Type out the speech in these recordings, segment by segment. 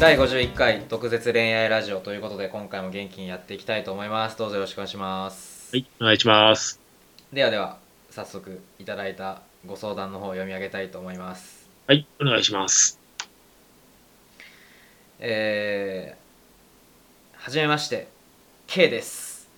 第51回毒舌恋愛ラジオということで今回も元気にやっていきたいと思いますどうぞよろしくお願いします、はい、お願いします。ではでは早速いただいたご相談の方を読み上げたいと思いますはい、お願いします。えーはじめまして、K です、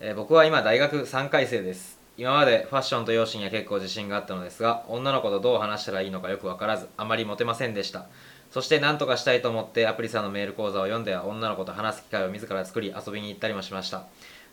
えー僕は今大学3回生です。今までファッションと容姿には結構自信があったのですが、女の子とどう話したらいいのかよくわからず、あまりモテませんでした。そして何とかしたいと思ってアプリさんのメール講座を読んでは女の子と話す機会を自ら作り遊びに行ったりもしました。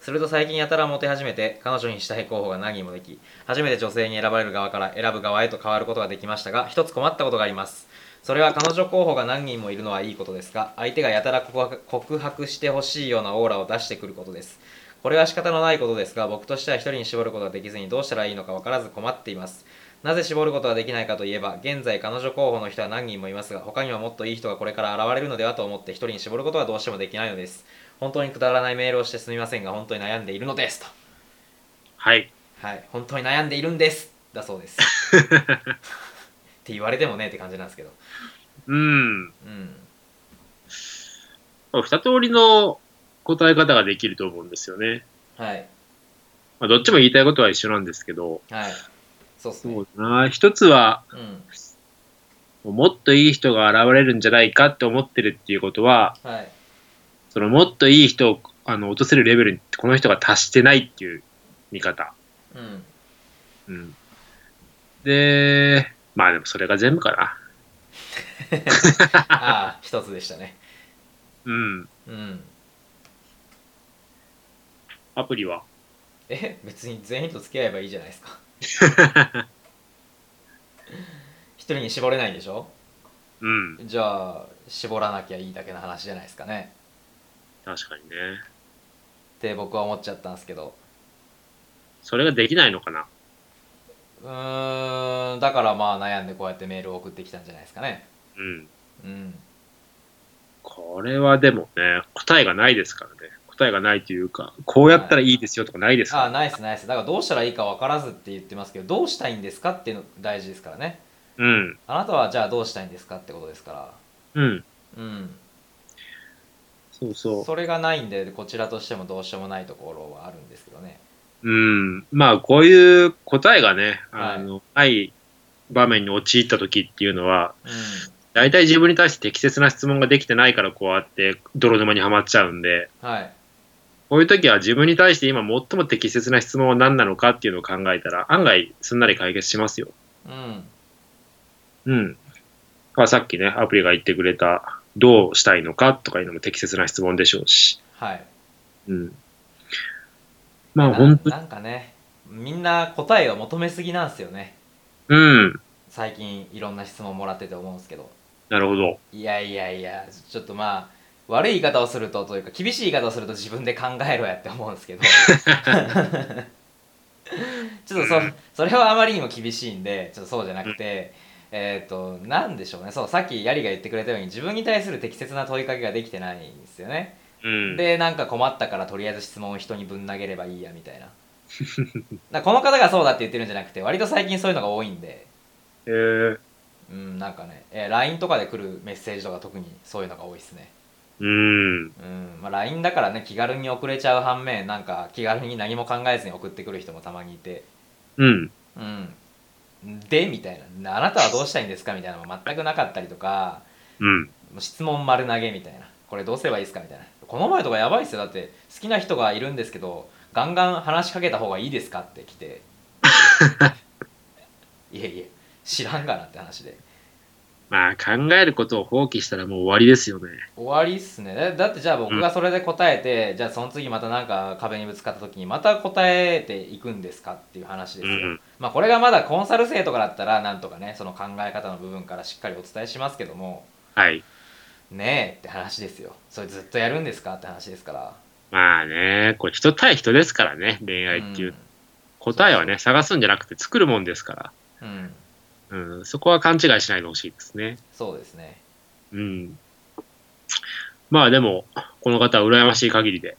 すると最近やたらモテ始めて彼女にしたい候補が何人もでき初めて女性に選ばれる側から選ぶ側へと変わることができましたが一つ困ったことがありますそれは彼女候補が何人もいるのはいいことですが相手がやたら告白告白してほしいようなオーラを出してくることですこれは仕方のないことですが僕としては一人に絞ることができずにどうしたらいいのか分からず困っていますなぜ絞ることができないかといえば現在彼女候補の人は何人もいますが他にはもっといい人がこれから現れるのではと思って一人に絞ることはどうしてもできないのです本当にくだらないメールをしてすみませんが本当に悩んでいるのですとはい。はい本当に悩んでいるんですだそうですって言われてもねって感じなんですけどうん。うんまあ二通りの答え方ができると思うんですよね。はいまあ、どっちも言いたいことは一緒なんですけど、はいそうっすねそうだな。一つは、うんもっといい人が現れるんじゃないかって思ってるっていうことは、はいそのもっといい人をあの落とせるレベルにこの人が達してないっていう見方。 うんうん。で、まあでもそれが全部かな。ああ一つでしたねうん。うんアプリは。え別に全員と付き合えばいいじゃないです か一人に絞れないんでしょうん。じゃあ絞らなきゃいいだけの話じゃないですかね確かにね。って僕は思っちゃったんですけどそれができないのかな。うーんだからまあ悩んでこうやってメールを送ってきたんじゃないですかねうん。うんこれはでもね、答えがないですからね。答えがないというか、こうやったらいいですよとかないですから、あナイスナイスだからどうしたらいいか分からずって言ってますけどどうしたいんですかっていうの大事ですからねうん。あなたはじゃあどうしたいんですかってことですからうん。うんそうそそれがないんでこちらとしてもどうしようもないところはあるんですけどねう。うん。まあ、こういう答えがね、あの、ない場面に陥った時っていうのは、うん大体自分に対して適切な質問ができてないから、こうやって泥沼にはまっちゃうんで、はいこういう時は自分に対して今最も適切な質問は何なのかっていうのを考えたら、案外すんなり解決しますよ。うんうん。まあ、さっきね、アプリが言ってくれた、どうしたいのかとかいうのも適切な質問でしょうし。はいうん。まあ、な本当に、なんかねみんな答えを求めすぎなんですよねうん。最近いろんな質問もらってて思うんですけどなるほど。いやいやいやちょっとまあ悪い言い方をするとというか厳しい言い方をすると自分で考えろやって思うんですけどちょっとそそれはあまりにも厳しいんでちょっとそうじゃなくて、えっ、となんでしょうねそうさっきヤリが言ってくれたように自分に対する適切な問いかけができてないんですよね、うん。でなんか困ったからとりあえず質問を人にぶん投げればいいやみたいなだからこの方がそうだって言ってるんじゃなくて割と最近そういうのが多いんでえー、うん、なんかね、えー LINE とかで来るメッセージとか特にそういうのが多いですね。ううん。ん、まあ、LINE だからね、気軽に送れちゃう反面、なんか気軽に何も考えずに送ってくる人もたまにいて、うん。うん。で、みたいな、あなたはどうしたいんですかみたいなのも全くなかったりとか、うん。もう質問丸投げみたいな、これどうすればいいですかみたいな。この前とかやばいっすよ、だって好きな人がいるんですけど、ガンガン話しかけた方がいいですかって来て、いえいえ、知らんがなって話で。まあ、考えることを放棄したらもう終わりですよね。終わりっすねだだってじゃあ僕がそれで答えて、じゃあその次またなんか壁にぶつかった時にまた答えていくんですかっていう話ですうよ、ん。まあこれがまだコンサル生とかだったらなんとかねその考え方の部分からしっかりお伝えしますけどもはい。ねえって話ですよそれずっとやるんですかって話ですからまあね、これ人対人ですからね、恋愛っていう。答えはね、探すんじゃなくて作るもんですかうん、うんら。うん。そこは勘違いしないでほしいですね。そうですねうん。まあでも、この方は羨ましい限りで。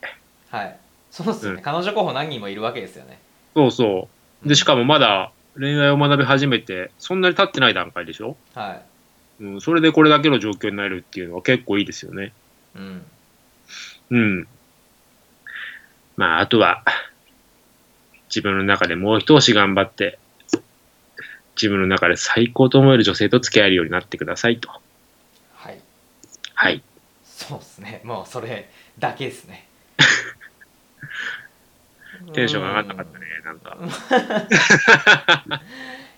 はいそうですよね、うん彼女候補何人もいるわけですよねそうそう。で、しかももまだ恋愛を学び始めて、そんなに経ってない段階でしょはいうん、それでこれだけの状況になるっていうのは結構いいですよね。うんうん。まあ、あとは、自分の中でもう一押し頑張って、自分の中で最高と思える女性と付き合えるようになってくださいと。はいはい。そうですねもうそれだけですね テンションが上がんなかったね、なんか。うん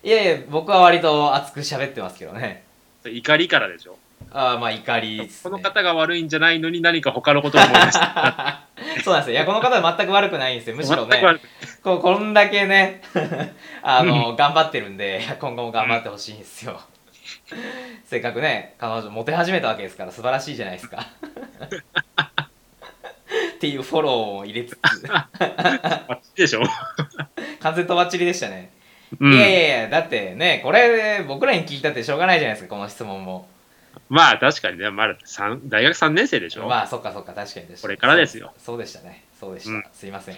いやいや僕は割と熱く喋ってますけどね怒りからでしょ。ああまあ怒りです、ね、この方が悪いんじゃないのに何か他のことを思い出した。 そうなんですよいやこの方は全く悪くないんですよむしろ全くね悪くここんだけね あの、頑張ってるんで今後も頑張ってほしいんですよ、せっかくね彼女モテ始めたわけですから素晴らしいじゃないです かっていうフォローを入れつつあっちで しょ。完全とばっちりでしたね、うんいやいやいやだってねこれ僕らに聞いたってしょうがないじゃないですかこの質問もまあ確かにね、まだ三大学3年生でしょ。まあそっかそっか確かにでしたこれからですよそうそうでしたねそうでした、うんすいません い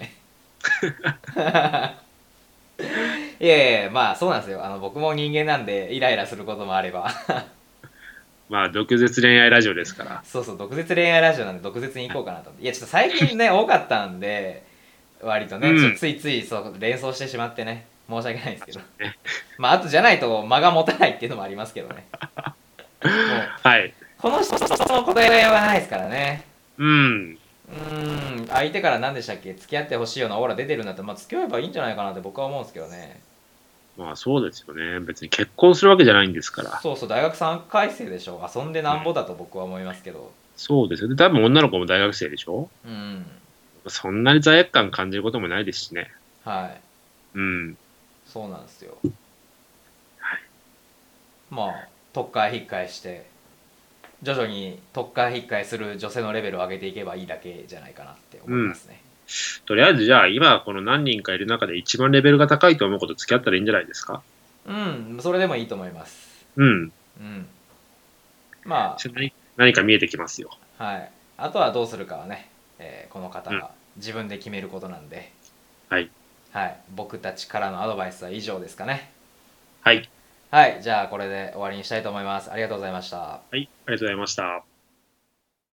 やいやまあそうなんですよあの僕も人間なんでイライラすることもあれば まあ、毒舌恋愛ラジオですから。そうそう毒舌恋愛ラジオなんで毒舌に行こうかなと思っていやちょっと最近 ね多かったんで割とね、うんちょっとついついそう連想してしまってね申し訳ないですけどまああとじゃないと間が持たないっていうのもありますけど ねもうはい。この人の答えはないですからねうん。うーん相手から何でしたっけ付き合ってほしいようなオーラ出てるんだったら、まあ、付き合えばいいんじゃないかなって僕は思うんですけどねまあそうですよね。別に結婚するわけじゃないんですから。そうそう大学3回生でしょ遊んでなんぼだと僕は思いますけどそうですよね。多分女の子も大学生でしょうん、そんなに罪悪感感じることもないですしね。はいうん。そうなんですよまあ特会引っかえして徐々に特会引っかえする女性のレベルを上げていけばいいだけじゃないかなって思いますね、とりあえずじゃあ今この何人かいる中で一番レベルが高いと思うこと付き合ったらいいんじゃないですかうん、それでもいいと思いますうん。うんまあ何何か見えてきますよ。はい、あとはどうするかはね、えーこの方うんが自分で決めることなんで、はい、はい、僕たちからのアドバイスは以上ですかねはい。はいじゃあこれで終わりにしたいと思いますありがとうございましたはい。ありがとうございました。